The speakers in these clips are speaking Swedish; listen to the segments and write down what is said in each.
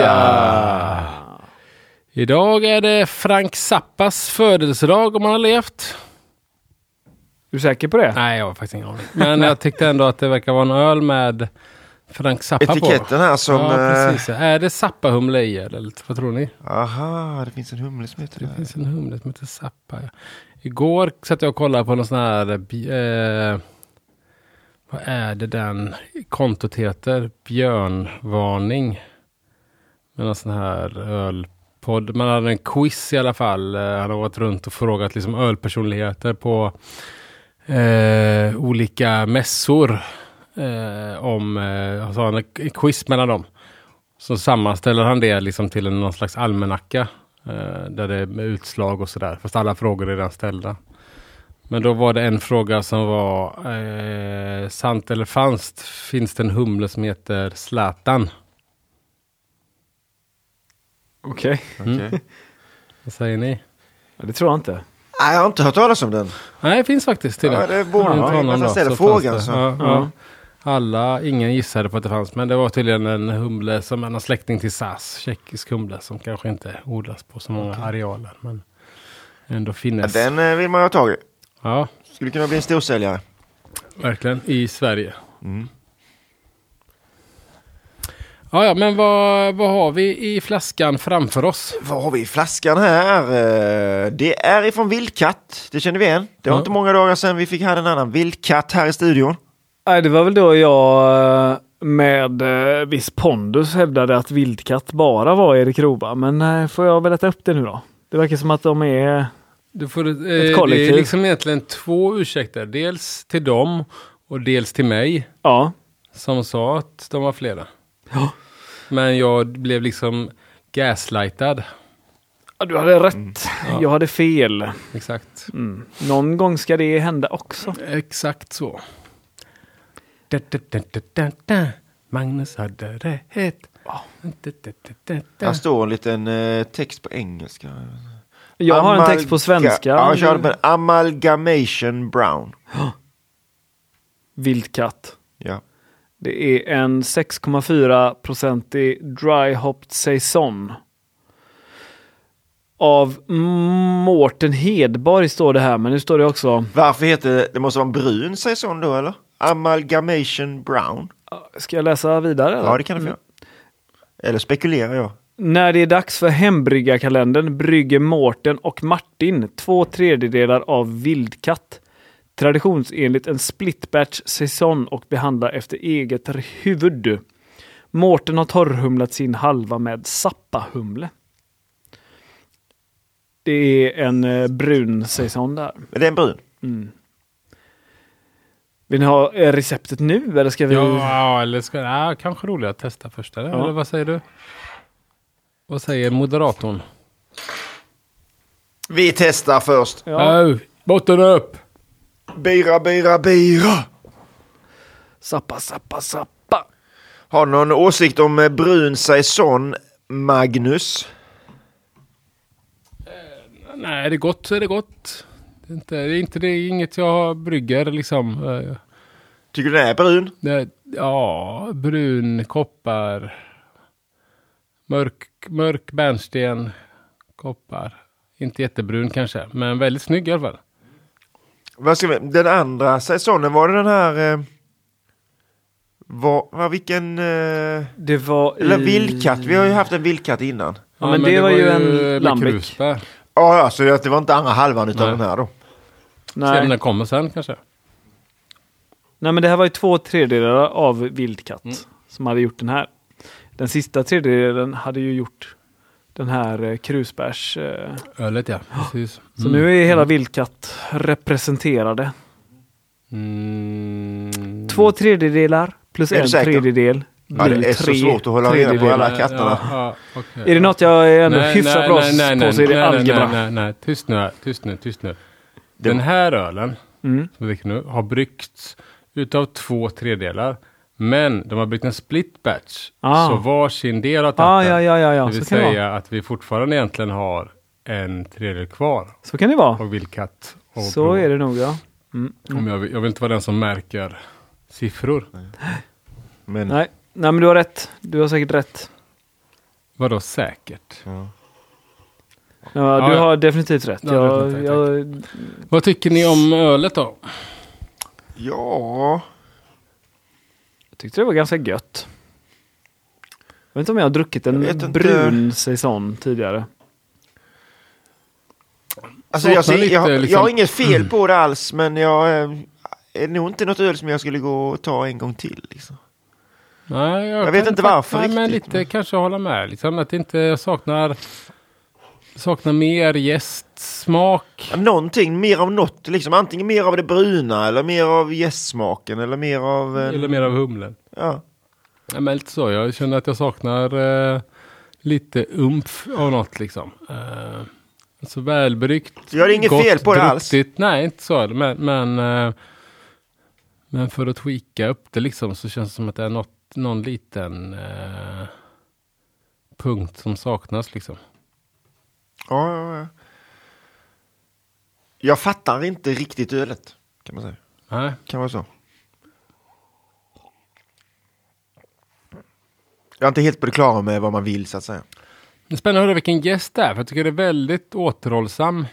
Halleluja! Idag är det Frank Zappas födelsedag om han har levt. Du är säker på det? Nej, jag har faktiskt ingen aning. Men jag tyckte ändå att det verkar vara en öl med Frank Zappa på. Etiketten här som... ja, eh, precis. Är det Zappa-humle i eller lite- vad tror ni? Aha, det finns en humle som heter Det det. finns en humle som heter Zappa. ja. Igår satt jag och kollade på någon sån här... bi- Eh, vad är det den kontot heter? Björnvarning. Med någon sån här ölpodd. Man hade en quiz i alla fall. Eh, Han har varit runt och frågat liksom ölpersonligheter på eh, olika mässor. Eh, om, eh, alltså han har en quiz mellan dem. Så sammanställer han det liksom till en, någon slags almanacka. Eh, där det är med utslag och sådär. Fast alla frågor är redan ställda. Men då var det en fråga som var eh, sant eller falskt. Finns det en humle som heter Zlatan? Okej. Okej. Vad säger ni? Ja, det tror jag inte. Nej, jag har inte hört talas om den. Nej, det finns faktiskt till Ja, det borde Runt man. honom Man då, ställer så frågan, fanns det. så. Ja, ja. Ja. Alla, ingen gissade på att det fanns, men det var tydligen en humle som är någon släkting till SAS, tjeckisk humle som kanske inte odlas på så många arealer, men ändå Ja, finnes. Den eh, vill man ju ha tag i. Ja, Skulle kunna bli en storsäljare. verkligen. I Sverige. Ja, ja, men vad, vad har vi i flaskan framför oss? Vad har vi i flaskan här? Eh, Det är ifrån Vildkatt. Det känner vi igen. Det var Ja. inte många dagar sedan vi fick här en annan Vildkatt här i studion. Nej, det var väl då jag eh, med eh, viss pondus hävdade att vildkatt bara var Erik Roba. Men eh, får jag väl äta upp det nu då? Det verkar som att de är... Du får, eh, det är kollektiv. liksom egentligen två ursäkter. Dels till dem och dels till mig. Ja. som sa att de var flera. Men jag blev liksom gaslightad. Ja, Du hade rätt. Jag hade fel. Exakt. Mm. Någon gång ska det hända också. Exakt så. Da, da, da, da, da, da. Magnus hade rätt. Da, da, da, da, da. Här står en liten eh, text på engelska. Jag har en Amalga- text på svenska. Ja, kör med amalgamation brown. Vildkatt. Ja. Det är en 6,4-procentig dry hopped saison. Av Mårten Hedborg står det här, men nu står det också... Varför heter det, det måste vara en brun säsong då eller? Amalgamation brown. Ska jag läsa vidare? eller? Ja, det kan det vara. Eller spekulerar jag. När det är dags för hembryggarkalendern brygger Mårten och Martin två tredjedelar av vildkatt. Traditionsenligt en splitbatch säsong och behandlar efter eget huvud. Mårten har torrhumlat sin halva med sappahumle. Det är en eh, brun säsong där. Men det är en brun. Vill ni ha eh, receptet nu eller ska vi? Ja, eller ska, ja, kanske roligt att testa först. Eller? Ja. eller vad säger du? Vad säger moderatorn? Vi testar först. Ja. Au, botten upp! Bira, bira, bira. Sappa, sappa, sappa. Har du någon åsikt om eh, brun saison, Magnus? Nej, är det gott så är det gott. Det är, inte, det är, inte, det är inget jag brygger liksom. Eh, Tycker du den är brun? Det, ja, brun, koppar, mörk, mörk bärnsten, koppar. Inte jättebrun kanske, men väldigt snygg i alla fall. Vad ska vi, den andra säsongen, var det den här... Eh, var, var vilken... Eh, Det var i... eller vildkatt, vi har ju haft en vildkatt innan. Ja, men det var ju en med Lambic. krusbär. Ja, ja, så det var inte andra halvan utav Nej. den här då. Se om Nej. den kommer sen kanske. Nej men det här var ju två tredjedelar av vildkatt som hade gjort den här. Den sista tredjedelen hade ju gjort den här eh, krusbärs... Eh. Ölet ja, precis. Så nu är hela vildkatt representerade. Mm. Två tredjedelar plus Är du en säker? tredjedel. Ja, det blir är så tre svårt att hålla reda på tredjedelar. alla katterna. Ja, ja, okej. Är det något jag är ändå hyfsat bra på så är det nej, nej, nej, algebra. nej, nej, tyst nu, här, tyst nu, tyst nu. Det- Den här ölen Mm. som vi dricker nu har bryggts utav två tredjedelar. Men de har bryggt en split batch. Ah. Så varsin del har tagit Ah, den. ja, ja, ja, ja. Det Så vill kan det säga att vi fortfarande egentligen har en tredjedel kvar Så kan det vara. av vildkatt. och Så blå. är det nog ja. Mm. Om jag, vill, jag vill inte vara den som märker siffror. Men, Nej. Nej, men du har rätt. Du har säkert rätt. Vadå säkert? Ja. Ja, du ja. har definitivt rätt. Ja, jag, definitivt, jag, Vad tycker ni om ölet då? ja. jag tyckte det var ganska gött. Jag vet inte om jag har druckit Jag vet en inte. brun saison tidigare. Alltså, jag, Saknar ser, lite, jag, har- jag liksom- har inget fel på det alls, men jag eh, är nog inte något öl som jag skulle gå och ta en gång till. Liksom. Nej, Jag kan vet inte varför nej, men riktigt, lite men- kanske hålla med. Liksom, att det inte, jag saknar, saknar mer gästsmak. Ja, Någonting mer av något, liksom. antingen mer av det bruna eller mer av jästsmaken eller mer av... eh, Eller mer av humlen. Ja. Nej, men lite så. Jag känner att jag saknar eh, lite umf av något liksom. Eh, så välbryggt. Så jag har inget gott, fel på det alls. druttigt. Nej, inte så. Men, men, eh, men för att tweaka upp det liksom så känns det som att det är något, någon liten eh, punkt som saknas liksom. Ja, ja, ja. Jag fattar inte riktigt ölet, kan man säga. Nej. Kan vara så. Jag är inte helt på det klara med vad man vill, så att säga. Det är spännande att höra vilken gäst det är, för jag tycker det är väldigt återhållsam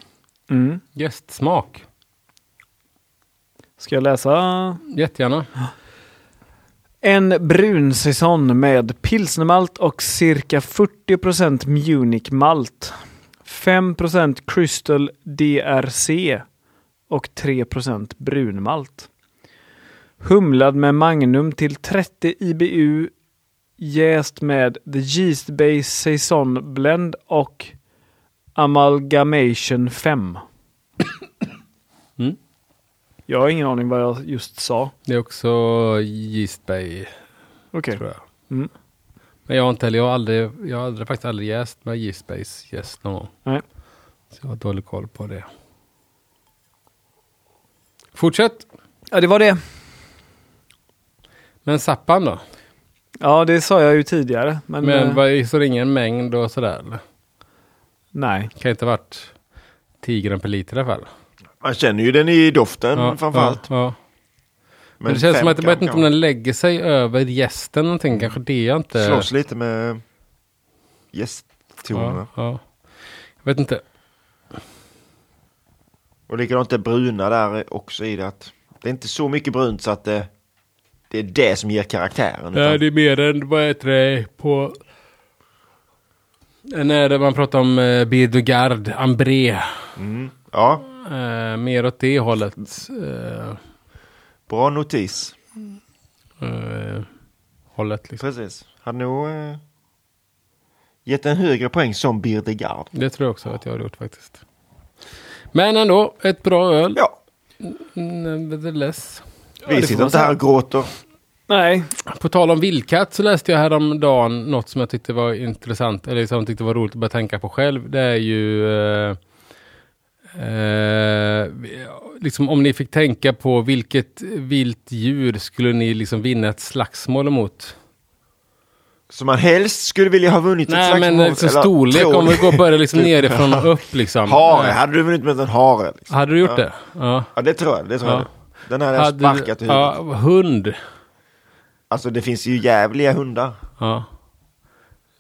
Mm. gästsmak. Ska jag läsa Jättegärna. En brun saison med pilsnermalt och cirka 40% Munich malt. 5% Crystal DRC och 3% brunmalt. Humlad med Magnum till 30 IBU. Jäst med The Yeast Base Saison Blend och Amalgamation 5. Mm. Jag har ingen aning vad jag just sa. Det är också Yeast Bay, Okej. tror jag. Mm. Men jag har inte heller, jag har, aldrig, jag har aldrig, faktiskt aldrig jäst med Yeast Bays gäst någon gång. Nej. Så jag har dålig koll på det. Fortsätt! Ja, det var det. Men sappan då? Ja, det sa jag ju tidigare. Men, Men eh, vad, är- så det är ingen mängd och sådär? eller? nej. Kan inte ha varit 10 gram per liter i alla fall? Man känner ju den i doften framförallt. Ja, ja. Men det känns som att jag vet inte om den den lägger sig över gästen någonting. Kanske det jag inte... Slåss lite med jästtonerna. ja, ja. Jag vet inte. Och likadant det bruna där också i det. Att det är inte så mycket brunt så att det, det är det som ger karaktären. utan- Nej, Eh, det är mer än vad heter det på... När det- man pratar om eh, Birdegard, Ambré. mm. Ja, Eh, mer åt det hållet. Eh, bra notis. eh, hållet liksom. Precis. Hade nog eh, gett en högre poäng som Birdegard. Det tror jag också att jag har gjort faktiskt. Men ändå, ett bra öl. Mm, eh, Ja, Nevertheless. vi det får sitter man inte här och gråter. Nej. På tal om vildkatt så läste jag häromdagen något som jag tyckte var intressant, eller som jag tyckte var roligt att börja tänka på själv. Det är ju... Eh, eh, liksom om ni fick tänka på vilket vilt djur skulle ni liksom vinna ett slagsmål emot? Som man helst skulle vilja ha vunnit ett Nej slagsmål. men liksom eller storlek, trål. om vi går börjar liksom nerifrån och upp liksom. Hare, Eh, hade du vunnit mot en hare? Liksom. Hade du gjort Ja. det? Ja. Ja, det tror jag. Det tror Ja. jag. Den hade jag sparkat i huvudet. ja, Hund. Alltså det finns ju jävliga hundar. Ja.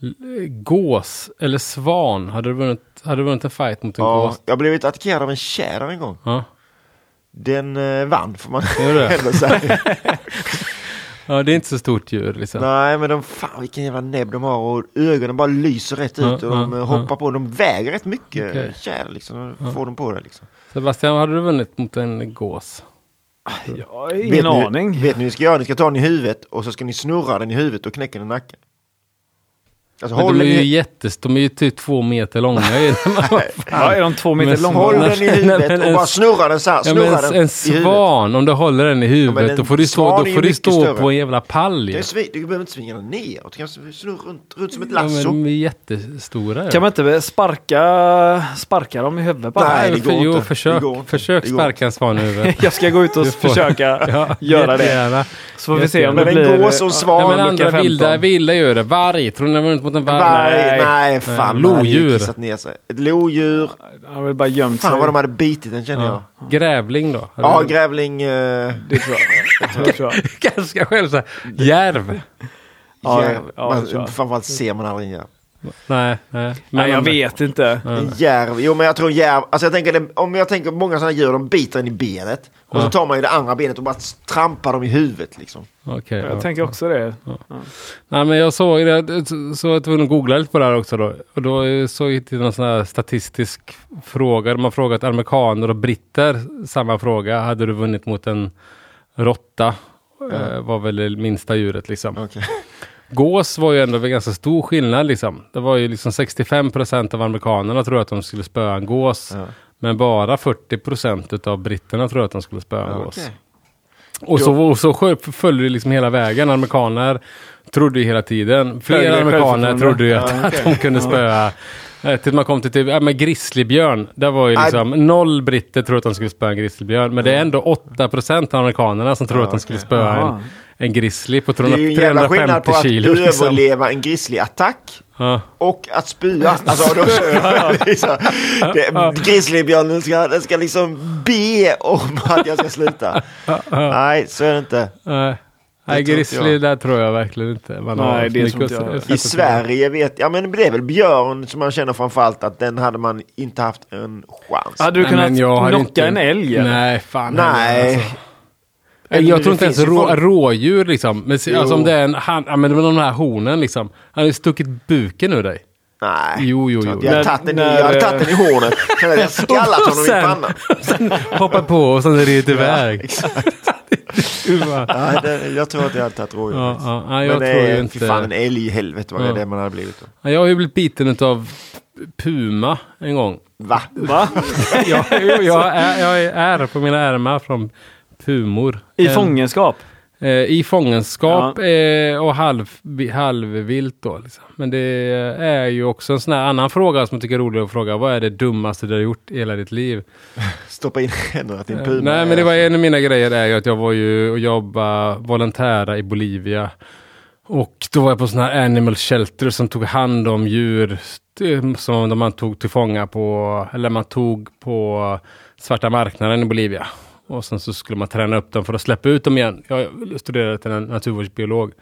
L- Gås eller svan, hade du vunnit, hade du vunnit en fight mot en Ja, gås? jag blev blivit attackerad av en tjäder en gång. Ja. Den eh, vann får man Gjorde det? ändå säga. Ja, det är inte så stort djur liksom. Nej men de, fan vilken jävla näbb de har och ögonen bara lyser rätt Ja, ut och de ja, eh, hoppar på. De väger rätt mycket Okej. tjäder liksom. Då Får de på det liksom. Sebastian, hade du vunnit mot en gås? Jag har ingen ni, aning. Vet ni hur ni ska göra? Ni ska ta den i huvudet och så ska ni snurra den i huvudet och knäcka den i nacken. Alltså Men håll de den, är ju i, jättes, de är ju typ två meter långa. Ja, är de två meter Men- långa? håll Nej, den i nej, huvudet men och en- bara snurra den så här. ja, Snurra men en, den en i huvudet. svan, om du håller den i huvudet, en då får du svan stå, är då ju får du mycket stå större. på en jävla pall ju. Du, kan ju svi- du behöver inte svinga den neråt, du kan snurra runt, runt som ett Ja, men lasso. de är jättestora. ju. Kan man inte sparka, sparka dem i huvudet bara? Nej, det går jo, inte. Det försök, går inte. försök Det går sparka en svan i huvudet. Jag ska gå ut och Du får- försöka göra det. jättegärna. Så får vi se om det Men en blir... gås och en svan, Ja, Nej, men men andra lucka vilda, 15. vilda djur. Varg. Tror ni den har vunnit mot en varg. Varg, nej, Nej. Ah, Nej, fan. man hade ju lodjur. kissat ner sig. Ett lodjur. Han har väl bara gömt sig. Fan vad de hade bitit den känner jag. Ja. Grävling då? Ja, grävling. eh, Det tror jag. Det tror jag. Ganska själv så här. Järv? Ja, järv. ja, det Man- tror jag. Framförallt ser man aldrig en järv. Nej, nej. Nej, jag vet inte. En järv. Jo, men jag tror järv. Alltså jag tänker, det- om jag tänker många sådana djur, de biter en i benet. Och Ja. så tar man ju det andra benet och bara trampar dem i huvudet liksom. Okej. Jag ja. tänker också det. Nej, men jag såg det, så- så jag var tvungen att googla lite på det här också då. Och då såg jag till någon sån här statistisk fråga. De har frågat amerikaner och britter samma fråga. Hade du vunnit mot en råtta? Eh, Var väl det minsta djuret liksom. Okej. Gås var ju ändå en ganska stor skillnad liksom. Det var ju liksom 65 procent av amerikanerna trodde att de skulle spöa en gås. Ja. Men bara 40 procent av britterna trodde att de skulle spöa en Ja, gås. okej. Och så, och så sjö- följde det liksom hela vägen. Amerikaner trodde ju hela tiden. Flera Högre amerikaner självförtroende. trodde ju att, Ja, att de kunde spöa. Eh, Tills man kom till typ, ja men grizzlybjörn. Där var ju Nej. liksom noll britter trodde att de skulle spöa en grizzlybjörn. Men det är ändå 8% av amerikanerna som tror att de skulle spöa Jaha. en, en grizzly på Det är ju en 300, jävla skillnad 350 på att kilo. Liksom. överleva en grizzlyattack Ja. och att spya. Alltså, då, liksom, det, grizzlybjörnen ska, den ska liksom be om att jag ska sluta. Nej, så är det inte. Nej, Nej, tror inte grizzly jag. där tror jag verkligen inte. Man Nej, har det mycket tror inte att- jag. att sätta I sig Sverige vet jag, men det är väl björn som man känner framförallt att den hade man inte haft en chans. Hade du Nej, kunnat men jag har knocka inte- en älg? eller? Nej, fan. Nej. Alltså. Jag det tror inte ens finns ju rå, folk- rådjur liksom. Men, se- Jo. alltså om det är en han, ja, men med de här hornen liksom. Han har ju stuckit buken ur dig. Nej. Jo, jo, Så jo. Jag hade När- tagit den i- när, jag hade eh, tagit den i hornet. Sen hade jag skallat honom i pannan. sen hoppar på och sen rit iväg. Exakt. Fy fan. ja, Nej, det, jag tror att jag hade tagit rådjur. ja, faktiskt. ja, jag men det tror är ju fy fan en inte... älg i helvete vad det är Ja. det man hade blivit. Då. Ja, Jag har ju blivit biten av puma en gång. Va? Va? Jag, jag, jag, är, jag är är på mina ärmar från pumor. I En- fångenskap? Eh, I fångenskap eh, och halv, vi- halvvilt då. Liksom. Men det är ju också en sån här annan fråga som jag tycker är rolig att fråga. Vad är det dummaste du har gjort i hela ditt liv? Stoppa in händerna till en Eh, puma. Nej, men det var en av mina grejer är ju att jag var ju och jobbade volontära i Bolivia. Och då var jag på sådana här animal shelter som tog hand om djur eh, som man tog till fånga på, eller man tog på svarta marknaden i Bolivia. Och sen så skulle man träna upp dem för att släppa ut dem igen. Jag studerade till en naturvårdsbiolog.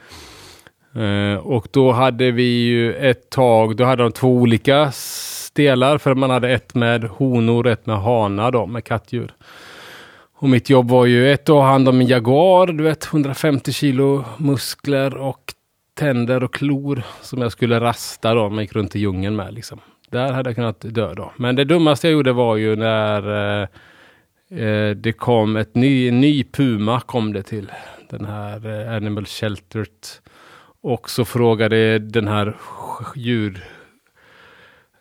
Eh, och då hade vi ju ett tag, då hade de två olika s- delar. För man hade ett med honor och ett med hanar då, med kattdjur. Och mitt jobb var ju ett att ha hand om en Jaguar, du vet 150 kilo muskler och tänder och klor som jag skulle rasta då, men gick runt i djungeln med liksom. Där hade jag kunnat dö då. Men det dummaste jag gjorde var ju när eh, eh, det kom ett ny, en ny Puma kom det till den här eh, Animal Sheltert. Och så frågade den här sj- djur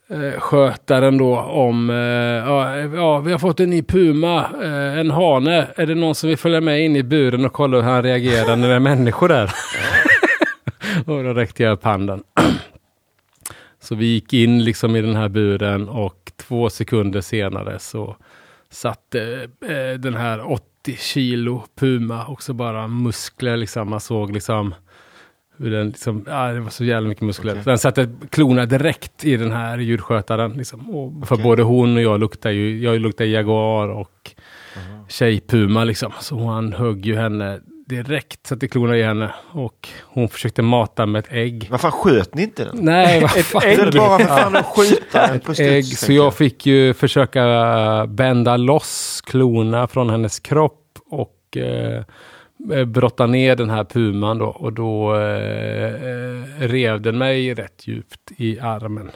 eh, skötaren då om, eh, ja, ja, vi har fått en ny puma, eh, en hane. Är det någon som vill följa med in i buren och kolla hur han reagerar när det är människor där? och då räckte jag upp handen. så vi gick in liksom i den här buren och två sekunder senare så satt eh, eh, den här 80 kilo puma också bara muskler liksom. Man såg liksom hur den liksom, ah, det var så jävla mycket muskler. Okej. Den satte klorna direkt i den här djurskötaren. Liksom. Och för både hon och jag luktar ju, jag luktar jaguar och tjejpuma liksom. Så han högg ju henne direkt, satte klorna i henne. Och hon försökte mata med ett ägg. Varför sköt ni inte den? Nej, vad fan. Det är ägg? bara för fan att skjuta den på studs. ägg. Så tänker jag fick ju försöka eh, bända loss klorna från hennes kropp och eh, brotta ner den här puman då. Och då eh, eh, rev den mig rätt djupt i armen.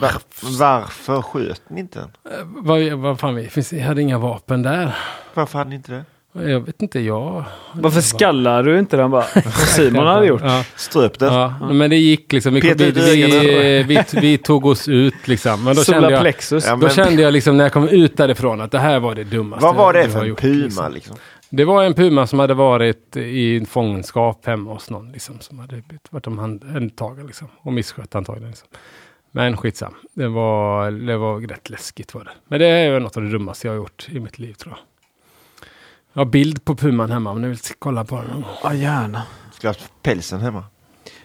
Var, varför sköt ni inte den? Eh, Vad, vad fan, vi- finns, jag hade inga vapen där. Varför hade ni inte det? Jag vet inte, jag... Varför skallar du inte den bara? Som Simon hade gjort. Ja. Ströp den? Ja, men det gick liksom. Vi, vi, Peter vi, ut ögonen. vi, vi, vi tog oss ut liksom. Men då kände Sola jag, plexus. Ja, då men- kände jag liksom när jag kom ut därifrån att det här var det dummaste Vad var det jag har för en gjort, puma liksom. liksom? Det var en puma som hade varit i fångenskap hemma hos någon. Liksom, som hade blivit- varit omhändertagen liksom, och misskött antagligen. Liksom. Men skitsam. Det var, det var rätt läskigt var det. Men det är ju något av det dummaste jag har gjort i mitt liv tror jag. Jag har bild på puman hemma om ni vill kolla på den. Ja, gärna. Skulle haft pälsen hemma.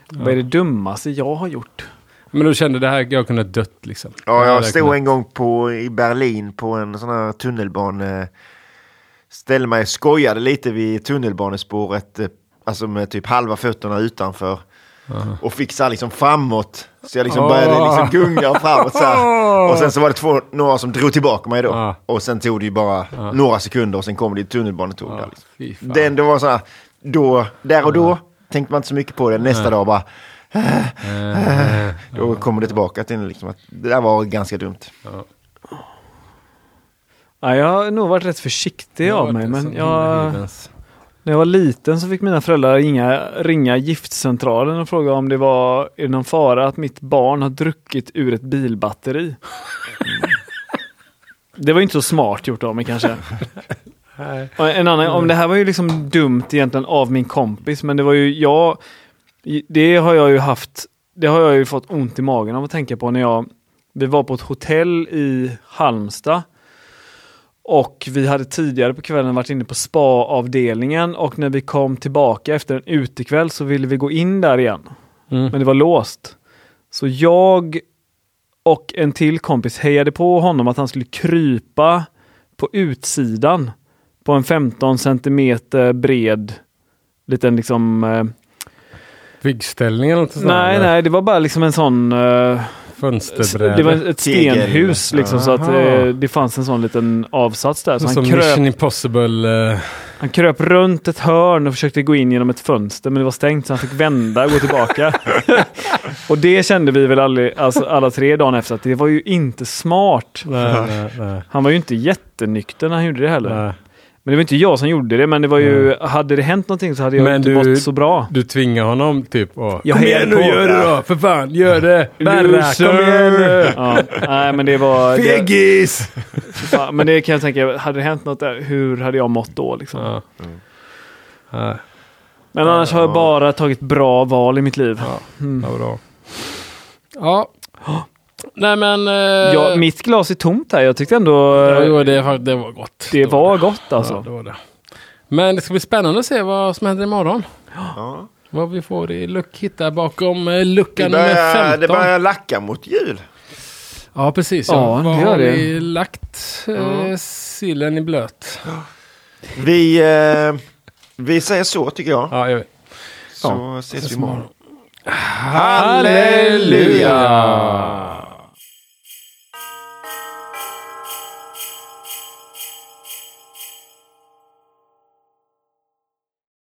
Vad är det dummaste jag har gjort? Men då kände det här, jag kunde ha dött liksom. Ja, Det jag hade stod kunnat- en gång på, i Berlin på en sån här tunnelbane. Ställde mig och skojade lite vid tunnelbanespåret. eh, Alltså med typ halva fötterna utanför. Och fick så här liksom framåt. Så jag liksom började Ah. liksom gunga framåt så här. Och sen så var det två, några som drog tillbaka mig då. Ah. Och sen tog det ju bara några sekunder och sen kom det ett tunnelbanetåg där. Liksom. fy Ah. fan. Ah. Den, det var så här, då, där och då tänkte man inte så mycket på det. Nästa dag bara, Eh, då kommer det tillbaka till liksom att det där var ganska dumt. Ja, jag har nog varit rätt försiktig jag av vart mig. en Men sån jag, hyvens. när jag var liten så fick mina föräldrar ringa, ringa giftcentralen och fråga om det var är det någon fara att mitt barn har druckit ur ett bilbatteri. Mm. Det var ju inte så smart gjort av mig kanske. Nej. Och En annan, om det här var ju liksom dumt egentligen av min kompis, men det var ju jag. Det har jag ju haft. Det har jag ju fått ont i magen av att tänka på när jag. Vi var på ett hotell i Halmstad. Och vi hade tidigare på kvällen varit inne på spa-avdelningen och när vi kom tillbaka efter en utekväll så ville vi gå in där igen. Mm. Men det var låst. Så jag och en till kompis hejade på honom att han skulle krypa på utsidan på en 15 centimeter bred liten liksom... Eh, Byggställning eller något sånt? nej, eller? nej, det var bara liksom en sån... Eh, Fönsterbräde. det var ett Tegel. stenhus liksom så att eh, Aha. det fanns en sån liten avsats där. Så som Alltså, han Mission kröp, Impossible. eh, han kröp runt ett hörn och försökte gå in genom ett fönster men det var stängt så han fick vända och gå tillbaka. och det kände vi väl aldrig, alltså, alla tre dagen efter att det var ju inte smart. nej, nej, nej, Han var ju inte jättenykter när han gjorde det heller. nej. Men det var inte jag som gjorde det, men det var ju, hade det hänt någonting så hade jag Men inte du- mått så bra. Du tvingar honom typ och... Jag Kom hejar igen nu, på. gör det då! För fan, gör det! Berra, Loser! kom igen nu! Ja, nej, men det var... Det, Fegis! fan, men det kan jag tänka, hade det hänt något där, hur hade jag mått då? Liksom? Ja. Ja, Men annars har jag bara tagit bra val i mitt liv. ja, Mm. ja, bra. Ja. Nej men... eh, Ja, mitt glas är tomt här. Jag tyckte ändå ja, eh, jo, det, var- det var gott. det var gott Ja, alltså. det var det. Men det ska bli spännande att se vad som händer imorgon. Ja. Vad vi får i luck, hitta bakom eh, lucka Det nummer börjar, 15. det börjar lacka mot jul. Ja, precis. Ja. Ja, Vad det gör har det. vi lagt eh, sillen i blöt? Vi, eh, vi säger så tycker jag. Ja, jag vet. Så ses vi imorgon. Halleluja!